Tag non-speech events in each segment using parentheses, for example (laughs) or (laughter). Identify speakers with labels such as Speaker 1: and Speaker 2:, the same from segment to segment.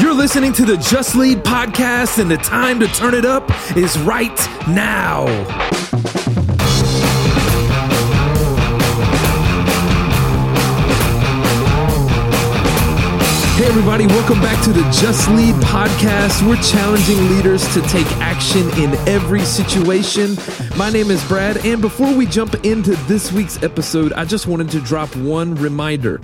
Speaker 1: You're listening to the Just Lead podcast, and the time to turn it up is right now. Hey, everybody, welcome back to the Just Lead podcast. We're challenging leaders to take action in every situation. My name is Brad, and before we jump into this week's episode, I just wanted to drop one reminder.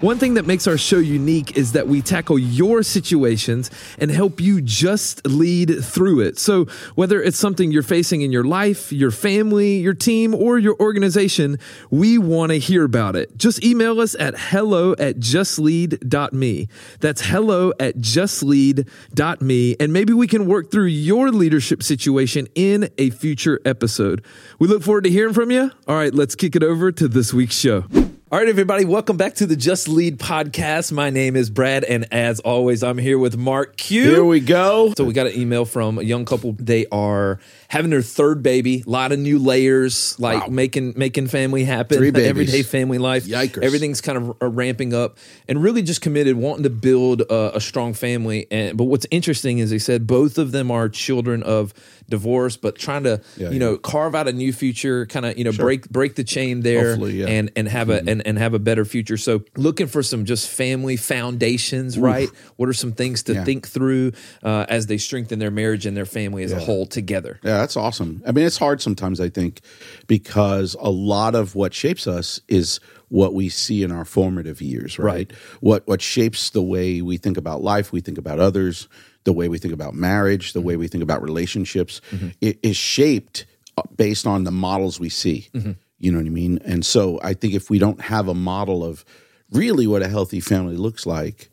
Speaker 1: One thing that makes our show unique is that we tackle your situations and help you just lead through it. So, whether it's something you're facing in your life, your family, your team, or your organization, we want to hear about it. Just email us at hello at justlead.me. That's hello at justlead.me. And maybe we can work through your leadership situation in a future episode. We look forward to hearing from you. All right, let's kick it over to this week's show. All right, everybody, welcome back to the Just Lead podcast. My name is Brad, and as always, I'm here with Mark Q.
Speaker 2: Here we go.
Speaker 1: So we got an email from a young couple. They are having their third baby. A lot of new layers, like
Speaker 2: Wow.
Speaker 1: making making family happen.
Speaker 2: Three babies.
Speaker 1: Everyday family life.
Speaker 2: Yikers.
Speaker 1: Everything's kind of uh, ramping up, and really just committed, wanting to build a, a strong family. And but what's interesting is they said both of them are children of divorce, but trying to
Speaker 2: Yeah,
Speaker 1: you
Speaker 2: yeah.
Speaker 1: know carve out a new future, kind of you know break break the chain there,
Speaker 2: Hopefully, yeah.
Speaker 1: and and have a and, and have a better future. So looking for some just family foundations, right? What are some things to
Speaker 2: Yeah.
Speaker 1: think through uh, as they strengthen their marriage and their family as a whole together?
Speaker 2: Yeah, that's awesome. I mean, it's hard sometimes, I think, because a lot of what shapes us is what we see in our formative years, right?
Speaker 1: Right.
Speaker 2: What what shapes the way we think about life, we think about others, the way we think about marriage, the way we think about relationships i- is shaped uh, based on the models we see. You know what I mean? And so I think if we don't have a model of really what a healthy family looks like,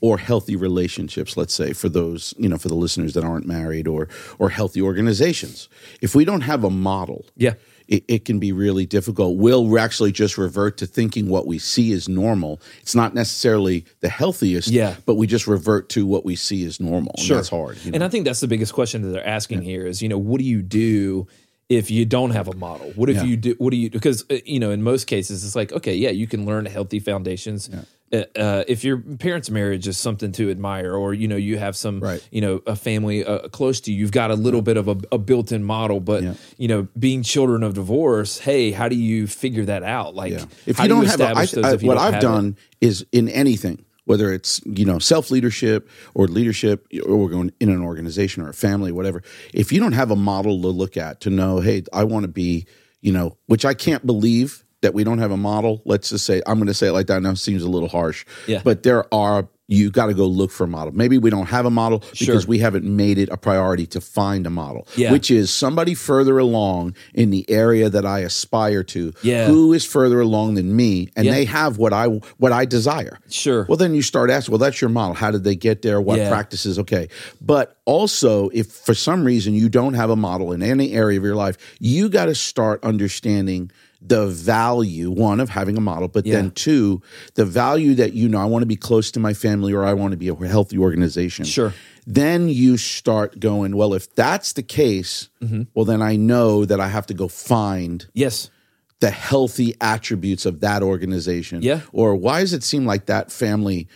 Speaker 2: or healthy relationships let's say for those you know for the listeners that aren't married or or healthy organizations if we don't have a model
Speaker 1: Yeah.
Speaker 2: it, it can be really difficult we'll actually just revert to thinking what we see is normal it's not necessarily the healthiest
Speaker 1: Yeah.
Speaker 2: but we just revert to what we see as normal and that's hard you know?
Speaker 1: And I think that's the biggest question that they're asking here is, you know, what do you do if you don't have a model? What if you do? What do you? Because uh, you know, in most cases, it's like, okay, yeah, you can learn healthy foundations. Uh, uh, if your parents' marriage is something to admire, or you know, you have some,
Speaker 2: Right.
Speaker 1: you know, a family uh, close to you, you've got a little bit of a, a built-in model. But
Speaker 2: Yeah.
Speaker 1: you know, being children of divorce, hey, how do you figure that out? Like,
Speaker 2: Yeah. If
Speaker 1: how
Speaker 2: you
Speaker 1: do
Speaker 2: don't have, a, I,
Speaker 1: establish those
Speaker 2: I,
Speaker 1: if you
Speaker 2: what
Speaker 1: don't
Speaker 2: I've
Speaker 1: have it?
Speaker 2: done is in anything, whether it's you know self leadership or leadership, or we're going in an organization or a family, whatever. If you don't have a model to look at to know, hey, I want to be, you know, which I can't believe that we don't have a model. Let's just say I'm going to say it like that. Now it seems a little harsh,
Speaker 1: Yeah.
Speaker 2: but there are. You got to go look for a model. Maybe we don't have a model
Speaker 1: Sure.
Speaker 2: because we haven't made it a priority to find a model,
Speaker 1: Yeah.
Speaker 2: which is somebody further along in the area that I aspire to
Speaker 1: Yeah.
Speaker 2: who is further along than me and
Speaker 1: Yeah.
Speaker 2: they have what I what I desire.
Speaker 1: Sure.
Speaker 2: Well then you start asking, well that's your model. How did they get there? What
Speaker 1: Yeah.
Speaker 2: practices? Okay. But also if for some reason you don't have a model in any area of your life, you got to start understanding the value one of having a model, but
Speaker 1: Yeah.
Speaker 2: then two, the value that you know I want to be close to my family or I want to be a healthy organization.
Speaker 1: Sure.
Speaker 2: Then you start going, well if that's the case,
Speaker 1: Mm-hmm.
Speaker 2: well then I know that I have to go find
Speaker 1: yes,
Speaker 2: the healthy attributes of that organization?
Speaker 1: Yeah.
Speaker 2: Or why does it seem like that family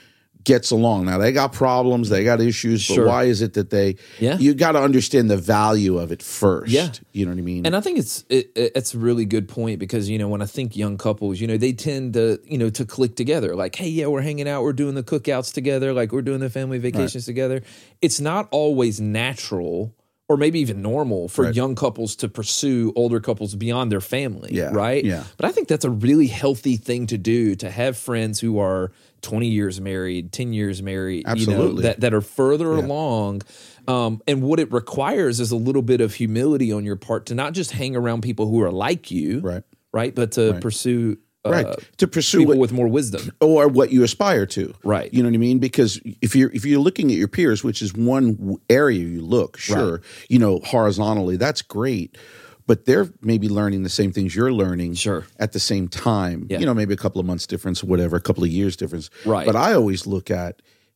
Speaker 2: gets along? Now they got problems, they got issues,
Speaker 1: Sure.
Speaker 2: but why is it that they
Speaker 1: Yeah.
Speaker 2: you got to understand the value of it first.
Speaker 1: Yeah.
Speaker 2: You know what I mean?
Speaker 1: And I think it's it, it- it's a really good point because you know when I think young couples, you know they tend to you know to click together. Like, hey, yeah, we're hanging out, we're doing the cookouts together, like we're doing the family vacations together. It's not always natural or maybe even normal for young couples to pursue older couples beyond their family,
Speaker 2: Yeah,
Speaker 1: right?
Speaker 2: yeah.
Speaker 1: But I think that's a really healthy thing to do to have friends who are 20 years married, 10 years married, you know,
Speaker 2: Absolutely.
Speaker 1: that that are further along. Um, and what it requires is a little bit of humility on your part to not just hang around people who are like you,
Speaker 2: Right.
Speaker 1: Right, but to pursue uh,
Speaker 2: right. to pursue
Speaker 1: people
Speaker 2: what
Speaker 1: with more
Speaker 2: (clears throat)
Speaker 1: wisdom.
Speaker 2: or what you aspire to.
Speaker 1: Right.
Speaker 2: You know what I mean? Because if you're if you're looking at your peers, which is one w- area you look, sure, you know, horizontally, that's great. But they're maybe learning the same things you're learning
Speaker 1: Sure.
Speaker 2: at the same time.
Speaker 1: Yeah.
Speaker 2: You know, maybe a couple of months difference, whatever, a couple of years difference.
Speaker 1: Right.
Speaker 2: But I always look at,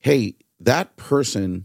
Speaker 2: hey, that person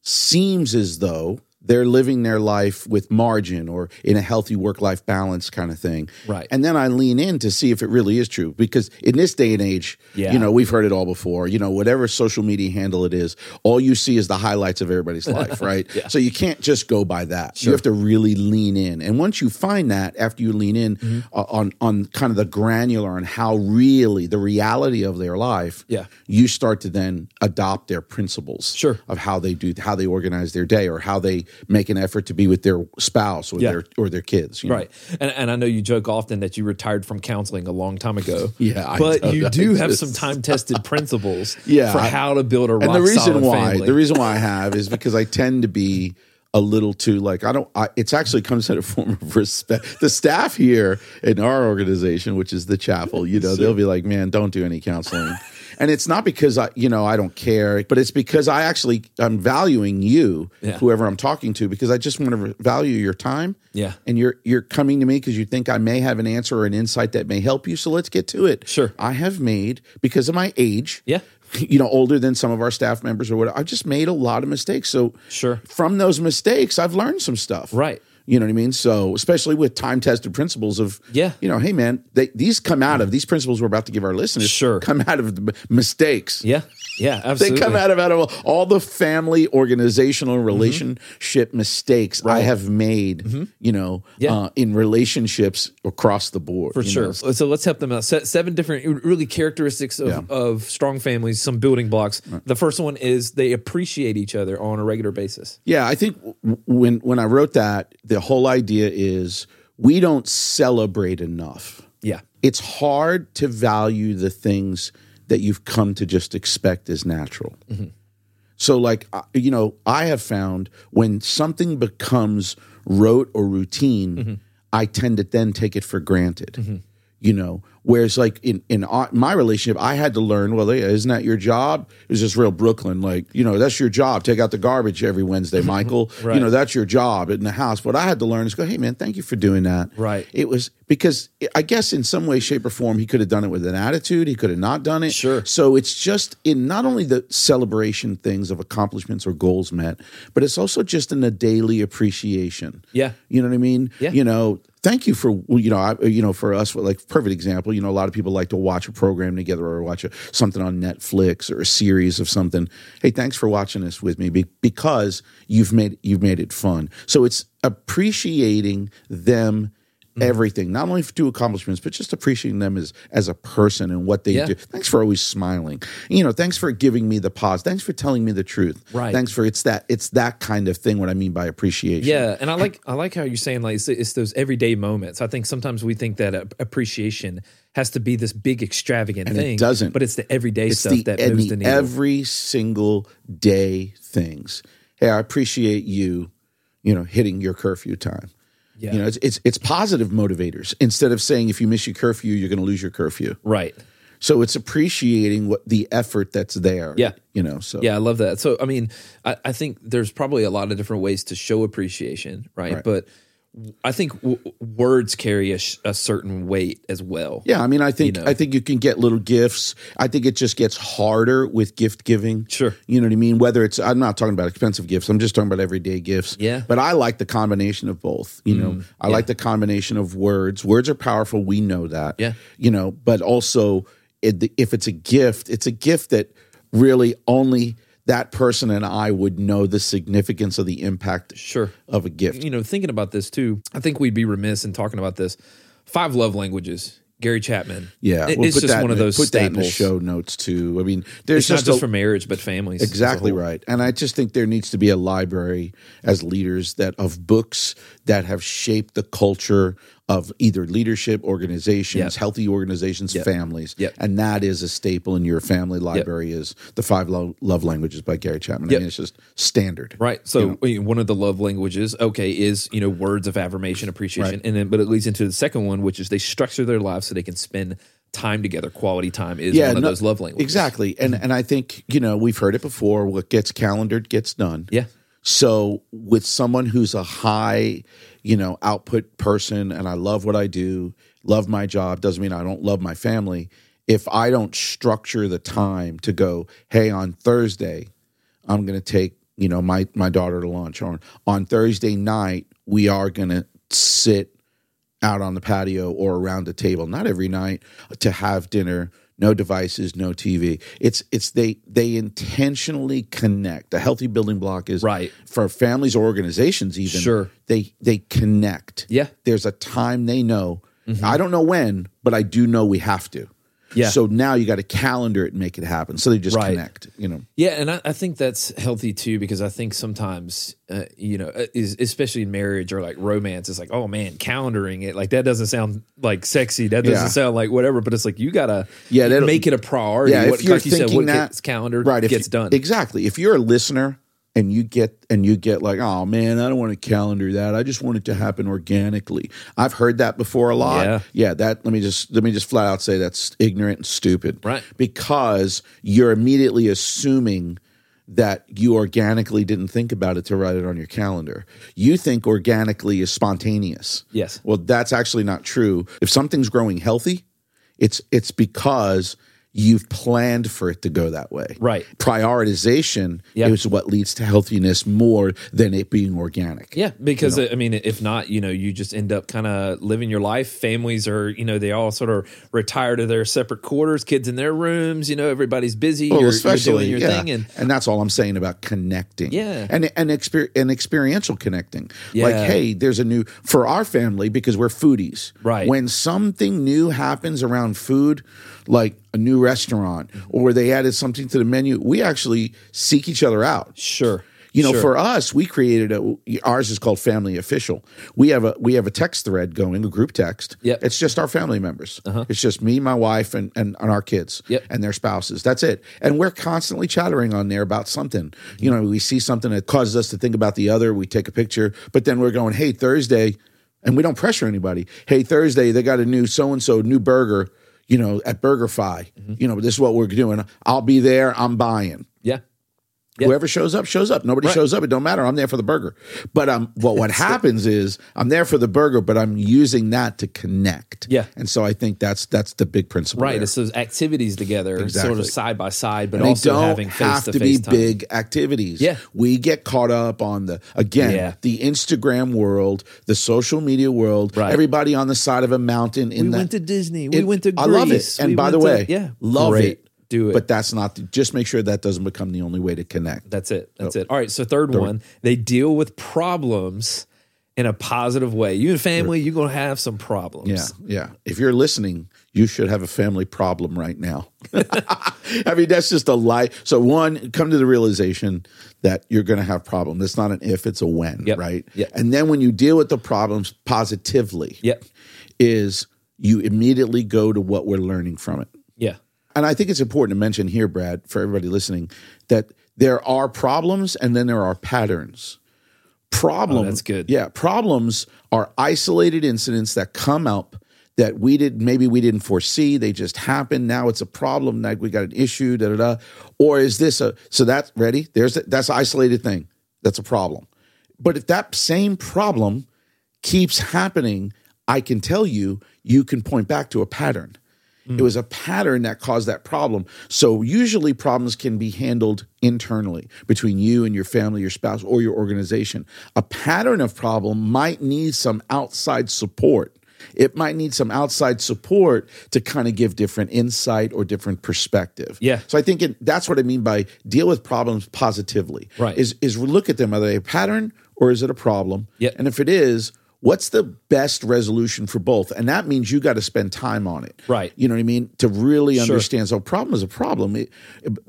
Speaker 2: seems as though they're living their life with margin or in a healthy work life balance kind of thing.
Speaker 1: Right.
Speaker 2: And then I lean in to see if it really is true because in this day and age,
Speaker 1: Yeah.
Speaker 2: you know, we've heard it all before. You know, whatever social media handle it is, all you see is the highlights of
Speaker 1: (laughs)
Speaker 2: everybody's life, right? So you can't just go by that. You have to really lean in. And once you find that, after you lean in
Speaker 1: Mm-hmm.
Speaker 2: uh, on on kind of the granular on how really the reality of their life,
Speaker 1: Yeah.
Speaker 2: you start to then adopt their principles
Speaker 1: Sure.
Speaker 2: of how they do how they organize their day or how they make an effort to be with their spouse or
Speaker 1: Yeah.
Speaker 2: their or their kids. you know?
Speaker 1: Right. And, and I know you joke often that you retired from counseling a long time ago.
Speaker 2: (laughs) Yeah, I
Speaker 1: But
Speaker 2: know
Speaker 1: you
Speaker 2: that
Speaker 1: do have
Speaker 2: exists.
Speaker 1: some time
Speaker 2: (laughs)
Speaker 1: tested principles
Speaker 2: Yeah,
Speaker 1: for
Speaker 2: I-
Speaker 1: how to build a rock
Speaker 2: and the reason
Speaker 1: solid
Speaker 2: why
Speaker 1: family.
Speaker 2: the reason why I have is because I tend to be a little too like I don't. I, it's actually comes at a form of respect. The staff here in our organization, which is the chapel, you know, they'll be like, "Man, don't do any counseling,"
Speaker 1: (laughs)
Speaker 2: and it's not because I, you know, I don't care, but it's because I actually I'm valuing you,
Speaker 1: Yeah.
Speaker 2: whoever I'm talking to, because I just want to re- value your time.
Speaker 1: Yeah.
Speaker 2: and you're you're coming to me because you think I may have an answer or an insight that may help you. So let's get to it.
Speaker 1: Sure.
Speaker 2: I have made because of my age
Speaker 1: Yeah.
Speaker 2: (laughs) you know, older than some of our staff members or whatever. I've just made a lot of mistakes. So
Speaker 1: Sure.
Speaker 2: from those mistakes, I've learned some stuff.
Speaker 1: Right.
Speaker 2: You know what I mean? So especially with time tested principles of
Speaker 1: Yeah.
Speaker 2: you know, hey man, they, these come out of these principles we're about to give our listeners.
Speaker 1: Sure.
Speaker 2: come out of the m- mistakes.
Speaker 1: Yeah. Yeah.
Speaker 2: They
Speaker 1: Absolutely. Mm-hmm.
Speaker 2: come out of, out of all the family, organizational, relationship mistakes I have made, you know,
Speaker 1: Yeah.
Speaker 2: uh, in relationships across the board.
Speaker 1: For sure. So, so let's help them out. Se- seven different, really characteristics of,
Speaker 2: Yeah.
Speaker 1: of strong families, some building blocks. The first one is they appreciate each other on a regular basis.
Speaker 2: Yeah, I think w- when when I wrote that, the whole idea is we don't celebrate enough.
Speaker 1: Yeah.
Speaker 2: It's hard to value the things that you've come to just expect as natural. So, like, I- you know, I have found when something becomes rote or routine,
Speaker 1: Mm-hmm.
Speaker 2: I tend to then take it for granted. You know, whereas like in in our- my relationship, I had to learn. Well, yeah, isn't that your job? It was just real Brooklyn, like you know, that's your job. Take out the garbage every Wednesday,
Speaker 1: Mm-hmm. (laughs)
Speaker 2: Michael. You know, that's your job in the house. What I had to learn is go, hey man, thank you for doing that.
Speaker 1: Right.
Speaker 2: It was because I guess in some way, shape, or form, he could have done it with an attitude. He could have not done it.
Speaker 1: Sure.
Speaker 2: So it's just in not only the celebration things of accomplishments or goals met, but it's also just in a daily appreciation.
Speaker 1: Yeah.
Speaker 2: You know what I mean?
Speaker 1: Yeah.
Speaker 2: You know, thank you for well, you know, I, you know, for us, like perfect example. You know, a lot of people like to watch a program together or watch a, something on Netflix or a series of something. Hey, thanks for watching this with me be- because you've made you've made it fun. So it's appreciating them.
Speaker 1: Mm-hmm.
Speaker 2: Everything, not only to accomplishments, but just appreciating them as as a person and what they
Speaker 1: Yeah.
Speaker 2: do. Thanks for always smiling. You know, thanks for giving me the pause. Thanks for telling me the truth.
Speaker 1: Right.
Speaker 2: Thanks for it's that it's that kind of thing. What I mean by appreciation.
Speaker 1: Yeah, and I like I like how you're saying like it's, it's those everyday moments. I think sometimes we think that uh, appreciation has to be this big extravagant
Speaker 2: it
Speaker 1: thing.
Speaker 2: doesn't.
Speaker 1: but it's the everyday
Speaker 2: It's
Speaker 1: stuff
Speaker 2: the,
Speaker 1: that
Speaker 2: and
Speaker 1: moves the
Speaker 2: the
Speaker 1: needle.
Speaker 2: every single day things. Hey, I appreciate you, you know, hitting your curfew time.
Speaker 1: Yeah.
Speaker 2: You know, it's, it's it's positive motivators instead of saying if you miss your curfew, you're going to lose your curfew.
Speaker 1: right.
Speaker 2: So it's appreciating what the effort that's there.
Speaker 1: Yeah.
Speaker 2: You know, so
Speaker 1: Yeah, I love that. So I mean, I, I think there's probably a lot of different ways to show appreciation, right? But I think w- words carry a, sh- a certain weight as well.
Speaker 2: Yeah, I mean, I think
Speaker 1: know.
Speaker 2: I think you can get little gifts. I think it just gets harder with gift giving.
Speaker 1: Sure.
Speaker 2: you know what I mean. Whether it's I'm not talking about expensive gifts. I'm just talking about everyday gifts.
Speaker 1: Yeah. Mm,
Speaker 2: but I like the combination of both. You know, I like the combination of words. Words are powerful. We know that.
Speaker 1: Yeah.
Speaker 2: you know, but also it, if it's a gift, it's a gift that really only that person and I would know the significance of the impact
Speaker 1: Sure.
Speaker 2: of a gift.
Speaker 1: You know, thinking about this too, I think we'd be remiss in talking about this. Five love languages. Gary Chapman.
Speaker 2: Yeah,
Speaker 1: It-
Speaker 2: we'll
Speaker 1: it's just
Speaker 2: that
Speaker 1: one of
Speaker 2: in the-
Speaker 1: those
Speaker 2: put that in
Speaker 1: staples.
Speaker 2: the show notes too. I mean, there's
Speaker 1: It's not
Speaker 2: a-
Speaker 1: just for marriage, but families. as a
Speaker 2: Exactly
Speaker 1: whole.
Speaker 2: right. And I just think there needs to be a library as leaders that of books that have shaped the culture of either leadership, organizations,
Speaker 1: Yep.
Speaker 2: healthy organizations, families.
Speaker 1: Yep.
Speaker 2: And that is a staple in your family library is The Five Lo- Love Languages by Gary Chapman. I
Speaker 1: Yep.
Speaker 2: mean, it's just standard.
Speaker 1: Right. So I mean, one of the love languages, okay, is you know words of affirmation, appreciation, and then but it leads into the second one, which is they structure their lives so they can spend time together. Quality time is one of
Speaker 2: no-
Speaker 1: those love languages. Mm-hmm.
Speaker 2: Exactly. And and I think, you know, we've heard it before, what gets calendared gets done.
Speaker 1: Yeah.
Speaker 2: So with someone who's a high, you know, output person and I love what I do, love my job, doesn't mean I don't love my family. If I don't structure the time to go, hey, on Thursday, I'm going to take you know my my daughter to lunch or on thursday night we are going to sit out on the patio or around the table not every night to have dinner no devices no tv it's it's they they intentionally connect a healthy building block is
Speaker 3: Right.
Speaker 2: for families or organizations even
Speaker 3: Sure.
Speaker 2: they they connect
Speaker 3: Yeah. Mm-hmm.
Speaker 2: there's a time they know i don't know when but i do know we have to
Speaker 3: Yeah.
Speaker 2: so now you got to calendar it and make it happen so they just
Speaker 3: Right.
Speaker 2: connect you know
Speaker 1: Yeah, and I, I think that's healthy too because I think sometimes, uh, you know, uh, is, especially in marriage or like romance, it's like, oh man, calendaring it like that doesn't sound like sexy. That doesn't
Speaker 2: Yeah.
Speaker 1: sound like whatever. But it's like you gotta
Speaker 2: Yeah, that'll-
Speaker 1: make it a priority.
Speaker 2: Yeah,
Speaker 1: what,
Speaker 2: if you're
Speaker 1: like you
Speaker 2: thinking
Speaker 1: said, what
Speaker 2: that
Speaker 1: gets calendared
Speaker 2: right, if
Speaker 1: gets
Speaker 2: you-
Speaker 1: done.
Speaker 2: exactly. If you're a listener and you get and you get like, oh man, I don't want to calendar that. I just want it to happen organically. I've heard that before a lot.
Speaker 1: Yeah.
Speaker 2: that let me just let me just flat out say that's ignorant and stupid.
Speaker 1: Right.
Speaker 2: Because you're immediately assuming that you organically didn't think about it to write it on your calendar. You think organically is spontaneous.
Speaker 1: Yes.
Speaker 2: Well, that's actually not true. If something's growing healthy, it's it's because you've planned for it to go that way.
Speaker 1: Right.
Speaker 2: Prioritization
Speaker 1: Yeah.
Speaker 2: is what leads to healthiness more than it being organic.
Speaker 1: Yeah, because uh, I mean, if not, you know, you just end up kind of living your life. Families are, you know, they all sort of retire to their separate quarters, kids in their rooms. You know, everybody's busy.
Speaker 2: Well,
Speaker 1: you're, you're
Speaker 2: especially
Speaker 1: doing your
Speaker 2: yeah.
Speaker 1: thing, and
Speaker 2: that's all I'm saying about connecting.
Speaker 1: Yeah.
Speaker 2: and and, exper- and experiential connecting. Like,
Speaker 1: Yeah.
Speaker 2: hey, there's a new for our family because we're foodies.
Speaker 1: Right.
Speaker 2: When something new happens around food, like a new restaurant
Speaker 1: Mm-hmm.
Speaker 2: or they added something to the menu, we actually seek each other out.
Speaker 1: sure,
Speaker 2: You know,
Speaker 1: sure.
Speaker 2: for us, we created a ours is called Family Official. We have a we have a text thread going, a group text.
Speaker 1: Yep. Uh-huh.
Speaker 2: It's just our family members. It's just me, my wife, and, and and our kids.
Speaker 1: Yep.
Speaker 2: And their spouses. That's it. And we're constantly chattering on there about something. You know, we see something that causes us to think about the other. We take a picture, but then we're going, hey, Thursday, and we don't pressure anybody. Hey, Thursday, they got a new so and so new burger. You know, at BurgerFi.
Speaker 1: Mm-hmm.
Speaker 2: You know, this is what we're doing. I'll be there. I'm buying.
Speaker 1: yeah, Yeah.
Speaker 2: Whoever shows up, shows up. Nobody shows up. It don't matter. I'm there for the burger. But um, what what happens is I'm there for the burger, but I'm using that to connect.
Speaker 1: Yeah.
Speaker 2: and so I think that's that's the big principle.
Speaker 1: right.
Speaker 2: there.
Speaker 1: It's those activities together, sort
Speaker 2: Exactly.
Speaker 1: of side by side, but
Speaker 2: they
Speaker 1: also
Speaker 2: don't
Speaker 1: having face
Speaker 2: have
Speaker 1: to
Speaker 2: to be
Speaker 1: face time.
Speaker 2: big activities.
Speaker 1: Yeah.
Speaker 2: we get caught up on the again
Speaker 1: Yeah.
Speaker 2: the Instagram world, the social media world.
Speaker 1: Right.
Speaker 2: Everybody on the side of a mountain. In
Speaker 1: We
Speaker 2: the,
Speaker 1: went to Disney. We
Speaker 2: It-
Speaker 1: went to Greece.
Speaker 2: I love it. And
Speaker 1: we
Speaker 2: by
Speaker 1: went
Speaker 2: the
Speaker 1: to-
Speaker 2: way,
Speaker 1: yeah,
Speaker 2: love
Speaker 1: Great.
Speaker 2: it.
Speaker 1: Do it.
Speaker 2: But that's not. The, just make sure that doesn't become the only way to connect.
Speaker 1: That's it.
Speaker 2: Oh.
Speaker 1: That's it. All right. So third, one, they deal with problems in a positive way. You and family, you're gonna have some problems.
Speaker 2: Yeah, yeah. If you're listening, you should have a family problem right now. (laughs) I mean, that's just a lie. So one, come to the realization that you're going to have problem. That's not an if; it's a when,
Speaker 1: Yep.
Speaker 2: right?
Speaker 1: Yep.
Speaker 2: And then when you deal with the problems positively,
Speaker 1: Yep.
Speaker 2: is you immediately go to what we're learning from it.
Speaker 1: Yeah.
Speaker 2: And I think it's important to mention here, Brad, for everybody listening, that there are problems and then there are patterns. Problems.
Speaker 1: Oh, that's good.
Speaker 2: Yeah, problems are isolated incidents that come up that we did maybe we didn't foresee. They just happened. Now it's a problem. Like we got an issue. Da da da. Or is this a so that's ready? There's that's an isolated thing. That's a problem. But if that same problem keeps happening, I can tell you, you can point back to a pattern.
Speaker 1: Hmm.
Speaker 2: It was a pattern that caused that problem. So usually problems can be handled internally between you and your family, your spouse, or your organization. A pattern of problem might need some outside support. It might need some outside support to kind of give different insight or different perspective.
Speaker 1: Yeah.
Speaker 2: So I think it, that's what I mean by deal with problems positively.
Speaker 1: Right.
Speaker 2: Is is look at them. Are they a pattern or is it a problem?
Speaker 1: Yeah.
Speaker 2: And if it is, what's the best resolution for both? And that means you got to spend time on it.
Speaker 1: Right.
Speaker 2: You know what I mean? To really understand. So a problem is a problem. It-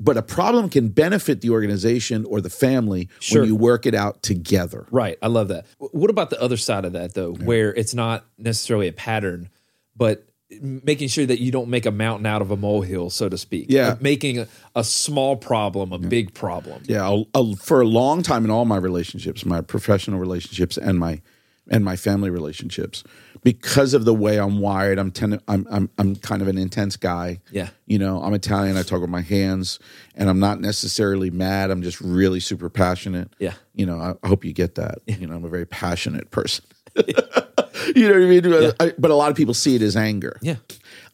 Speaker 2: but a problem can benefit the organization or the family
Speaker 1: Sure.
Speaker 2: when you work it out together.
Speaker 1: Right. I love that. W- What about the other side of that though, where it's not necessarily a pattern, but making sure that you don't make a mountain out of a molehill, so to speak.
Speaker 2: Yeah.
Speaker 1: Of Making a, a small problem a big problem.
Speaker 2: Yeah, I'll, I'll- for a long time in all my relationships, my professional relationships and my and my family relationships, because of the way I'm wired, I'm ten, I'm, I'm I'm kind of an intense guy.
Speaker 1: Yeah.
Speaker 2: you know, I'm Italian. I talk with my hands, and I'm not necessarily mad. I'm just really super passionate.
Speaker 1: Yeah.
Speaker 2: you know, I, I hope you get that. You know, I'm a very passionate person. (laughs) you know what I mean? I- but a lot of people see it as anger.
Speaker 1: Yeah.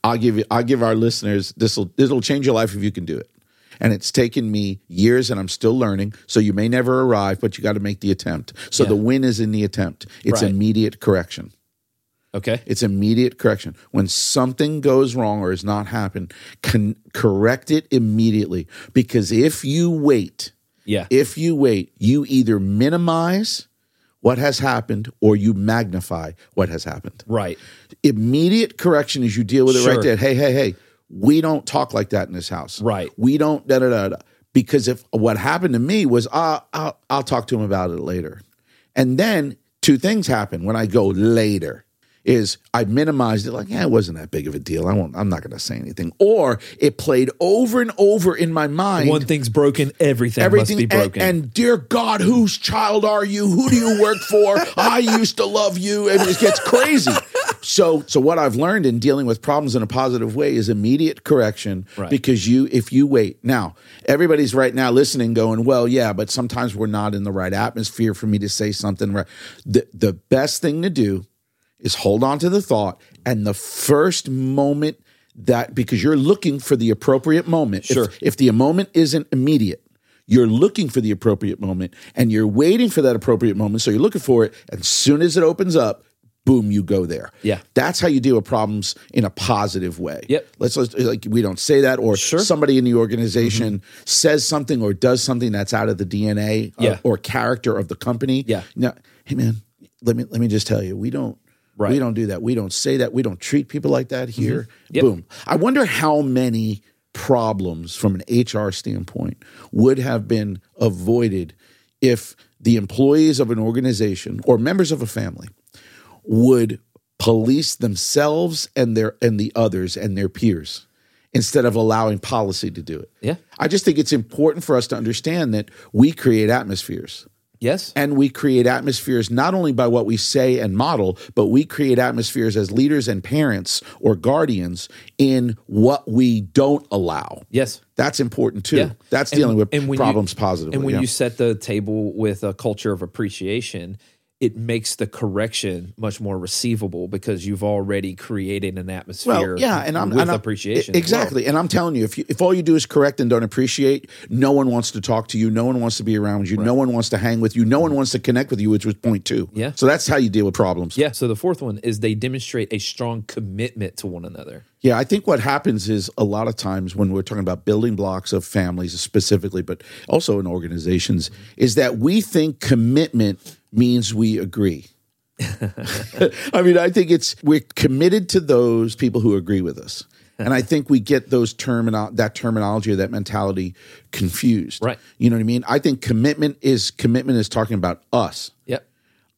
Speaker 2: I'll give you. I'll give our listeners this will this will change your life if you can do it. And it's taken me years and I'm still learning. So you may never arrive, but you got to make the attempt. So
Speaker 4: Yeah.
Speaker 2: the win is in the attempt, it's
Speaker 4: Right.
Speaker 2: immediate correction.
Speaker 4: Okay.
Speaker 2: It's immediate correction. When something goes wrong or has not happened, con- correct it immediately. Because if you wait,
Speaker 4: Yeah.
Speaker 2: if you wait, you either minimize what has happened or you magnify what has happened.
Speaker 4: right.
Speaker 2: Immediate correction is you deal with it
Speaker 4: Sure.
Speaker 2: right there. Hey, hey, hey, we don't talk like that in this house.
Speaker 4: Right.
Speaker 2: We don't da da da da. Because if what happened to me was ah, I'll, I'll talk to him about it later, and then two things happen when I go later is I minimized it like yeah it wasn't that big of a deal I won't I'm not going to say anything or it played over and over in my mind
Speaker 4: One thing's broken, everything, must be
Speaker 2: everything and-
Speaker 4: broken.
Speaker 2: And, dear God, whose child are you? Who do you work for? I used to love you. And it gets crazy. So, so what I've learned in dealing with problems in a positive way is immediate correction
Speaker 4: Right.
Speaker 2: because you, if you wait now, everybody's right now listening, going, well, yeah, but sometimes we're not in the right atmosphere for me to say something right. The, the best thing to do is hold on to the thought and the first moment that because you're looking for the appropriate moment If-
Speaker 4: Sure.
Speaker 2: if, the moment isn't immediate you're looking for the appropriate moment and you're waiting for that appropriate moment so you're looking for it and as soon as it opens up boom you go there
Speaker 4: Yeah.
Speaker 2: that's how you deal with problems in a positive way
Speaker 4: Yep.
Speaker 2: let's, let's like we don't say that or
Speaker 4: Sure. Mm-hmm.
Speaker 2: somebody in the organization says something or does something that's out of the dna
Speaker 4: Yeah.
Speaker 2: uh, or, or character of the company
Speaker 4: Yeah.
Speaker 2: now hey man let me let me just tell you we don't
Speaker 4: Right. Mm-hmm.
Speaker 2: we don't do that. We don't say that. We don't treat people like that here.
Speaker 4: Yep.
Speaker 2: Boom. I wonder how many problems from an HR standpoint would have been avoided if the employees of an organization or members of a family would police themselves and their and the others and their peers instead of allowing policy to do it.
Speaker 4: Yeah.
Speaker 2: I just think it's important for us to understand that we create atmospheres
Speaker 4: yes.
Speaker 2: and we create atmospheres not only by what we say and model, but we create atmospheres as leaders and parents or guardians in what we don't allow.
Speaker 4: yes.
Speaker 2: That's important too.
Speaker 4: Yeah.
Speaker 2: That's
Speaker 4: And-
Speaker 2: dealing with
Speaker 4: and when you-
Speaker 2: problems positively.
Speaker 4: And when
Speaker 2: yeah.
Speaker 4: you set the table with a culture of appreciation, it makes the correction much more receivable because you've already created an atmosphere
Speaker 2: well, yeah, and I'm
Speaker 4: with
Speaker 2: and I'm-
Speaker 4: appreciation.
Speaker 2: e-
Speaker 4: as well.
Speaker 2: exactly. And I'm telling you, if you, if all you do is correct and don't appreciate, no one wants to talk to you. No one wants to be around you. No one wants to hang with you. No one wants to connect with you, which was point two.
Speaker 4: Yeah.
Speaker 2: So that's how you deal with problems.
Speaker 4: Yeah. So the fourth one is they demonstrate a strong commitment to one another.
Speaker 2: Yeah, I think what happens is a lot of times when we're talking about building blocks of families specifically, but also in organizations, is that we think commitment means we agree. (laughs) I mean, I think it's we're committed to those people who agree with us. And I think we get those termino- that terminology or that mentality confused.
Speaker 4: Right.
Speaker 2: You know what I mean? I think commitment is commitment is talking about us.
Speaker 4: Yep.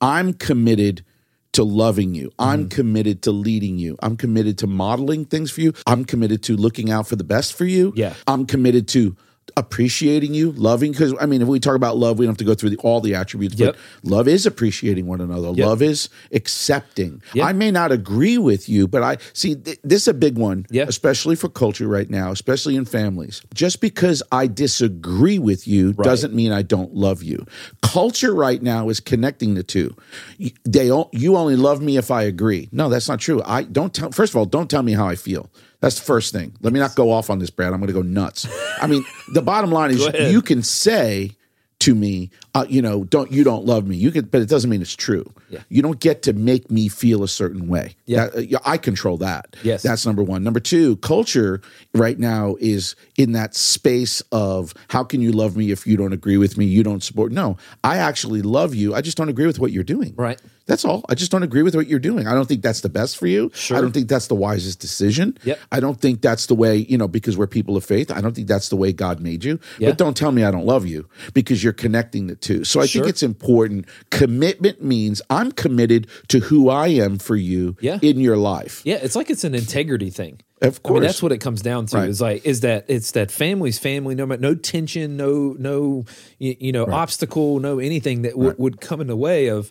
Speaker 2: I'm committed to loving you.
Speaker 4: Mm-hmm.
Speaker 2: I'm committed to leading you. I'm committed to modeling things for you. I'm committed to looking out for the best for you.
Speaker 4: Yeah.
Speaker 2: I'm committed to appreciating you, loving because I mean if we talk about love, we don't have to go through the, all the attributes,
Speaker 4: Yep.
Speaker 2: but love is appreciating one another.
Speaker 4: Yep.
Speaker 2: Love is accepting.
Speaker 4: Yeah.
Speaker 2: I may not agree with you, but I see th- this is a big one,
Speaker 4: Yeah.
Speaker 2: especially for culture right now, especially in families. Just because I disagree with you doesn't mean I don't love you. Culture right now is connecting the two. Y- They o- you only love me if I agree. No, that's not true. I don't tell. First of all, don't tell me how I feel. That's the first thing. Let me not go off on this, Brad. I'm going to go nuts. I mean, the
Speaker 4: (laughs)
Speaker 2: bottom line is
Speaker 4: ahead.
Speaker 2: you can say to me, uh, you know, don't you don't love me. You could, but it doesn't mean it's true.
Speaker 4: Yeah.
Speaker 2: You don't get to make me feel a certain way.
Speaker 4: Yeah.
Speaker 2: That- uh, yeah, I control that.
Speaker 4: Yes.
Speaker 2: That's number one. Number two, culture right now is in that space of how can you love me if you don't agree with me? You don't support. No, I actually love you. I just don't agree with what you're doing.
Speaker 4: Right.
Speaker 2: That's all. I just don't agree with what you're doing. I don't think that's the best for you.
Speaker 4: Sure.
Speaker 2: I don't think that's the wisest decision.
Speaker 4: Yep.
Speaker 2: I don't think that's the way, you know, because we're people of faith. I don't think that's the way God made you.
Speaker 4: Yeah.
Speaker 2: But don't tell me I don't love you because you're connecting the two. So I
Speaker 4: Sure.
Speaker 2: think it's important. Commitment means I'm committed to who I am for you
Speaker 4: Yeah.
Speaker 2: in your life.
Speaker 4: Yeah. It's like it's an integrity thing.
Speaker 2: Of
Speaker 4: I mean,
Speaker 2: course.
Speaker 4: that's what it comes down to.
Speaker 2: Right.
Speaker 4: Is like is that it's that family's family. No, ma- no tension. No, no, you, you know, obstacle. No, anything that w- would come in the way of.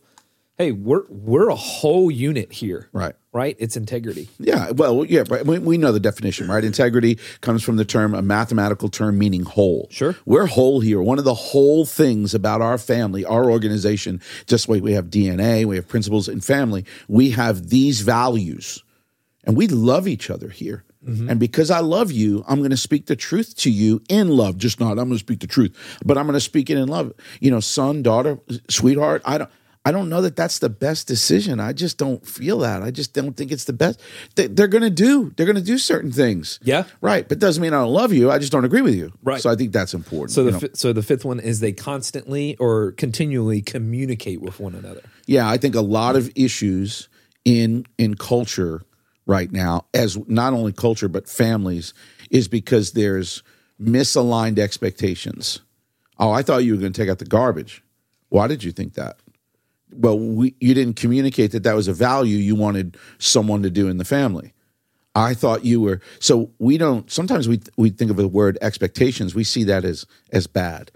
Speaker 4: Hey, we're we're a whole unit here.
Speaker 2: Right.
Speaker 4: Right. It's integrity.
Speaker 2: Yeah, well, yeah, right. We, we know the definition, right? Integrity comes from the term, a mathematical term meaning whole.
Speaker 4: Sure.
Speaker 2: We're whole here. One of the whole things about our family, our organization, just like we have DNA, we have principles in family, we have these values. And we love each other here.
Speaker 4: Mm-hmm.
Speaker 2: And because I love you, I'm going to speak the truth to you in love, just not I'm going to speak the truth, but I'm going to speak it in love. You know, son, daughter, sweetheart, I don't I don't know that that's the best decision. I just don't feel that. I just don't think it's the best. They, they're going to do. They're going to do certain things.
Speaker 4: Yeah.
Speaker 2: Right. But doesn't mean I don't love you. I just don't agree with you.
Speaker 4: Right.
Speaker 2: So I think that's important.
Speaker 4: So
Speaker 2: you
Speaker 4: the
Speaker 2: know?
Speaker 4: fi- so the fifth one is they constantly or continually communicate with one another.
Speaker 2: Yeah, I think a lot of issues in in culture right now, as not only culture but families, is because there's misaligned expectations. Oh, I thought you were going to take out the garbage. Why did you think that? Well, we, you didn't communicate that that was a value you wanted someone to do in the family. I thought you were so we don't sometimes we we think of the word expectations we see that as as bad.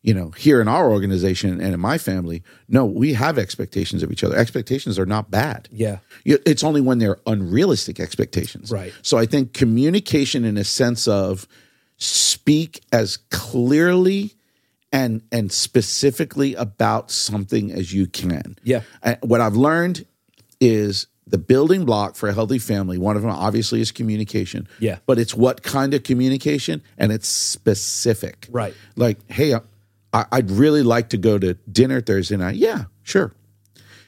Speaker 2: You know, here in our organization and in my family, no, we have expectations of each other. Expectations are not bad.
Speaker 4: Yeah.
Speaker 2: You- It's only when they're unrealistic expectations.
Speaker 4: Right.
Speaker 2: So I think communication in a sense of speak as clearly and and specifically about something as you can.
Speaker 4: Yeah.
Speaker 2: Uh, what I've learned is the building block for a healthy family. One of them obviously is communication.
Speaker 4: Yeah.
Speaker 2: But it's what kind of communication and it's specific.
Speaker 4: Right.
Speaker 2: Like, hey, I, I- I'd really like to go to dinner Thursday night. Yeah, sure.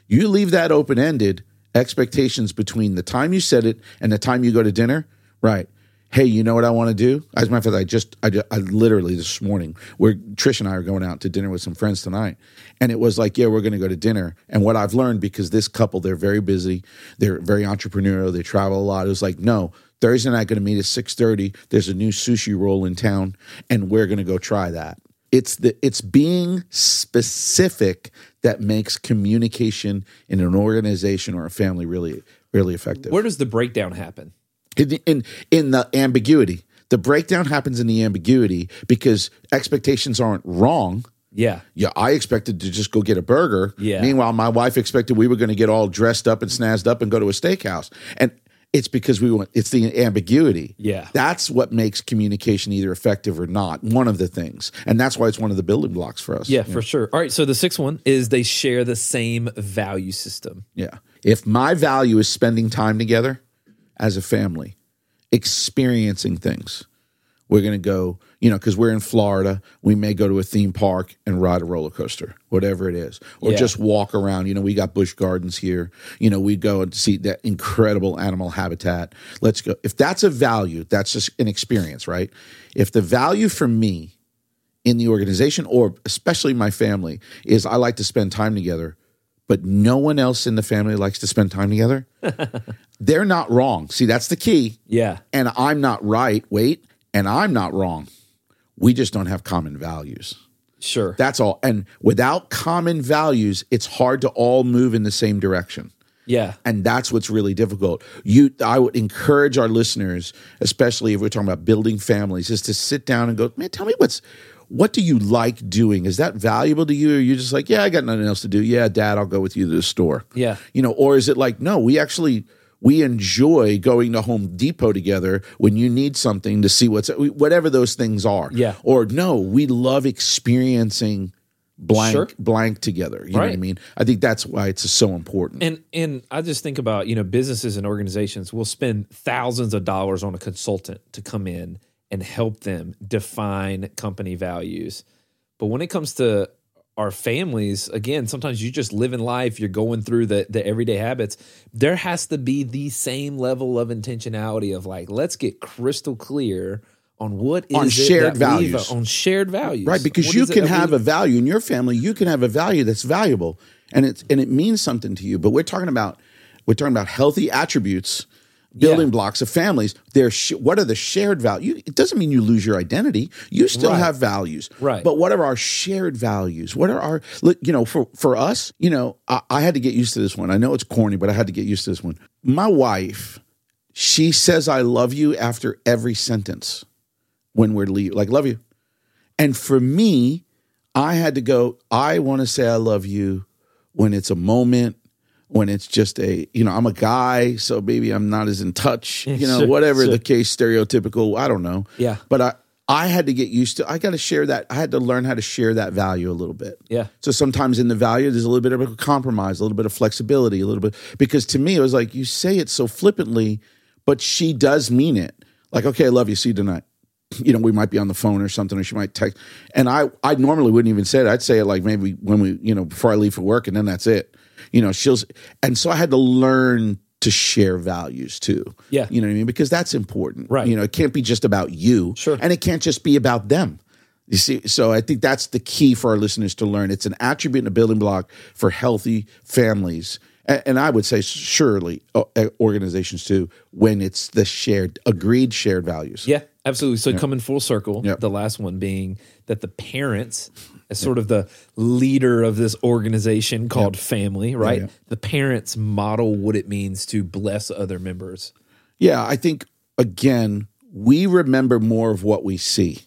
Speaker 2: You leave that open ended expectations between the time you said it and the time you go to dinner. Right. Hey, you know what I want to do? As a matter of fact, I just, I, ju- I literally this morning, where Trish and I are going out to dinner with some friends tonight. And it was like, yeah, we're going to go to dinner. And what I've learned, because this couple, they're very busy, they're very entrepreneurial, they travel a lot. It was like, no, Thursday night going to meet at 6.30. There's a new sushi roll in town, and we're going to go try that it's the it's being specific that makes communication in an organization or a family really really effective
Speaker 4: Where does the breakdown happen?
Speaker 2: in, in in the ambiguity the breakdown happens in the ambiguity because expectations aren't wrong
Speaker 4: Yeah.
Speaker 2: yeah, I expected to just go get a burger.
Speaker 4: Yeah.
Speaker 2: Meanwhile, my wife expected we were going to get all dressed up and snazzed up and go to a steakhouse. And it's because we want it's the ambiguity.
Speaker 4: Yeah.
Speaker 2: That's what makes communication either effective or not. One of the things. And that's why it's one of the building blocks for us.
Speaker 4: Yeah, for sure. All right. So the sixth one is they share the same value system.
Speaker 2: Yeah. If my value is spending time together as a family, experiencing things, we're going to go, you know, because we're in Florida, we may go to a theme park and ride a roller coaster, whatever it is, or
Speaker 4: Yeah.
Speaker 2: just walk around. You know, we got Busch Gardens here. You know, we go and see that incredible animal habitat. Let's go. If that's a value, that's just an experience, right? If the value for me in the organization or especially my family is I like to spend time together, but no one else in the family likes to spend time together. They're not wrong. See, that's the key.
Speaker 4: Yeah.
Speaker 2: And I'm not right. Wait, and I'm not wrong. We just don't have common values.
Speaker 4: Sure.
Speaker 2: That's all. And without common values, it's hard to all move in the same direction
Speaker 4: yeah.
Speaker 2: and that's what's really difficult you i would encourage our listeners especially if we're talking about building families is to sit down and go man tell me what's what do you like doing is that valuable to you or are you just like yeah i got nothing else to do yeah dad i'll go with you to the store
Speaker 4: Yeah.
Speaker 2: you know or is it like no we actually we enjoy going to home depot together when you need something to see what's whatever those things are
Speaker 4: Yeah.
Speaker 2: or no we love experiencing blank
Speaker 4: Sure.
Speaker 2: blank together you know what i
Speaker 4: Right.
Speaker 2: mean i think that's why it's so important
Speaker 4: And and I just think about, you know, businesses and organizations will spend thousands of dollars on a consultant to come in and help them define company values. But when it comes to our families, again, sometimes you just live in life, you're going through the the everyday habits. There has to be the same level of intentionality of like, let's get crystal clear on what is
Speaker 2: On
Speaker 4: it
Speaker 2: shared
Speaker 4: that we-
Speaker 2: values.
Speaker 4: on shared values.
Speaker 2: Right, because
Speaker 4: What
Speaker 2: you
Speaker 4: is it
Speaker 2: can
Speaker 4: that we-
Speaker 2: have a value in your family. You can have a value that's valuable, and it's and it means something to you. But we're talking about we're talking about healthy attributes, building
Speaker 4: Yeah.
Speaker 2: blocks of families. They're sh- what are the shared value? It doesn't mean you lose your identity. You still
Speaker 4: Right.
Speaker 2: have values,
Speaker 4: Right.
Speaker 2: But what are our shared values? What are our look? You know, for for us, you know, I, I had to get used to this one. I know it's corny, but I had to get used to this one. My wife, she says "I love you" after every sentence when we're leave, like "love you." And for me, I had to go, I want to say I love you when it's a moment, when it's just a, you know, I'm a guy, so maybe I'm not as in
Speaker 4: (laughs)
Speaker 2: touch, you know,
Speaker 4: Sure,
Speaker 2: whatever
Speaker 4: sure.
Speaker 2: the case, stereotypical, I don't know.
Speaker 4: Yeah.
Speaker 2: But I, I had to get used to, I got to share that. I had to learn how to share that value a little bit.
Speaker 4: Yeah.
Speaker 2: So sometimes in the value, there's a little bit of a compromise, a little bit of flexibility, a little bit. Because to me, it was like you say it so flippantly, but she does mean it. Like, okay, I love you. See you tonight. (clears throat) You know, we might be on the phone or something, or she might text. And I, I normally wouldn't even say it. I'd say it like maybe when we, you know, before I leave for work, and then that's it. You know, she'll. And so I had to learn to share values too.
Speaker 4: Yeah.
Speaker 2: You know what I mean? Because that's important.
Speaker 4: Right.
Speaker 2: You know, it can't be just about you.
Speaker 4: Sure.
Speaker 2: And it can't just be about them. You see, so I think that's the key for our listeners to learn. It's an attribute and a building block for healthy families. And, and I would say, surely, o- uh, organizations too, when it's the shared, agreed shared values.
Speaker 4: Yeah, absolutely. So coming full circle,
Speaker 2: Yeah.
Speaker 4: the last one being that the parents, as sort of the leader of this organization called family, right?
Speaker 2: yeah.
Speaker 4: The parents model what it means to bless other members.
Speaker 2: Yeah, I think again, we remember more of what we see.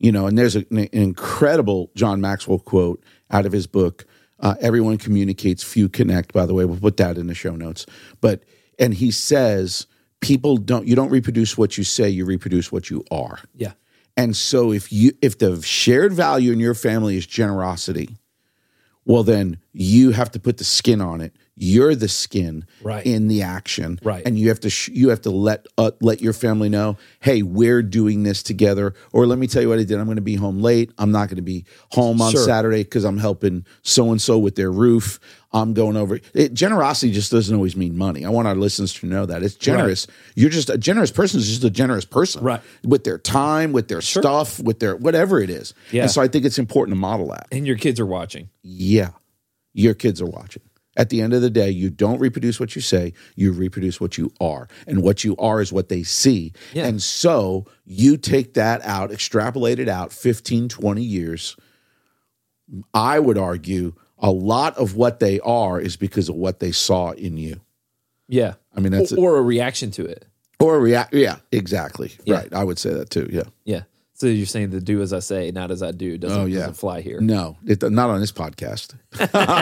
Speaker 2: You know, and there's a- an incredible John Maxwell quote out of his book, uh, Everyone Communicates, Few Connect, by the way. We'll put that in the show notes. But, and he says, people don't, you don't reproduce what you say, you reproduce what you are.
Speaker 4: Yeah.
Speaker 2: And so if you if the shared value in your family is generosity, well then you have to put the skin on it. You're the skin
Speaker 4: Right.
Speaker 2: in the action,
Speaker 4: Right.
Speaker 2: And you have to sh- you have to let uh, let your family know, hey, we're doing this together. Or let me tell you what I did. I'm going to be home late. I'm not going to be home on
Speaker 4: Sure.
Speaker 2: Saturday because I'm helping so and so with their roof. I'm going over. It, generosity just doesn't always mean money. I want our listeners to know that it's generous. You're just a generous person is just a generous person,
Speaker 4: Right.
Speaker 2: With their time, with their stuff, with their whatever it is.
Speaker 4: Yeah.
Speaker 2: And so I think it's important to model that.
Speaker 4: And your kids are watching.
Speaker 2: Yeah, your kids are watching. At the end of the day, you don't reproduce what you say, you reproduce what you are. And what you are is what they see.
Speaker 4: Yeah.
Speaker 2: And so you take that out, extrapolate it out 15, 20 years. I would argue a lot of what they are is because of what they saw in you.
Speaker 4: Yeah.
Speaker 2: I mean, that's
Speaker 4: or,
Speaker 2: it.
Speaker 4: or a reaction to it.
Speaker 2: Or react. Yeah, exactly.
Speaker 4: Yeah.
Speaker 2: Right. I would say that too. Yeah.
Speaker 4: Yeah. So you're saying the do as I say, not as I do doesn't,
Speaker 2: Oh, yeah.
Speaker 4: doesn't fly here.
Speaker 2: No, it, not on this podcast.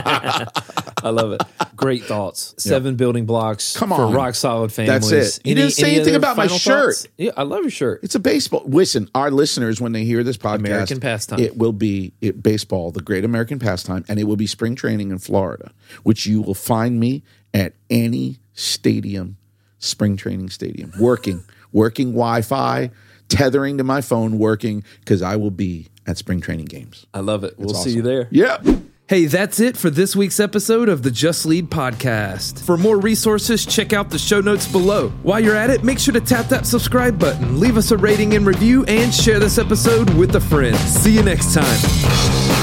Speaker 4: I love it. Great
Speaker 2: (laughs)
Speaker 4: thoughts. Seven building blocks
Speaker 2: Come
Speaker 4: for
Speaker 2: on.
Speaker 4: rock solid families.
Speaker 2: it. You didn't say anything
Speaker 4: other
Speaker 2: about my
Speaker 4: final
Speaker 2: shirt.
Speaker 4: thoughts? Yeah, I love your shirt.
Speaker 2: It's a baseball. Listen, our listeners, when they hear this podcast,
Speaker 4: American pastime.
Speaker 2: it will be it, baseball, the great American pastime, and it will be spring training in Florida, which you will find me at any stadium, spring training stadium, working, working Wi Fi, tethering to my phone, working, because I will be at spring training games.
Speaker 4: I love it. We'll see you there.
Speaker 2: Yeah.
Speaker 1: Hey, that's it for this week's episode of the Just Lead podcast. For more resources, check out the show notes below. While you're at it, make sure to tap that subscribe button, leave us a rating and review, and share this episode with a friend. See you next time.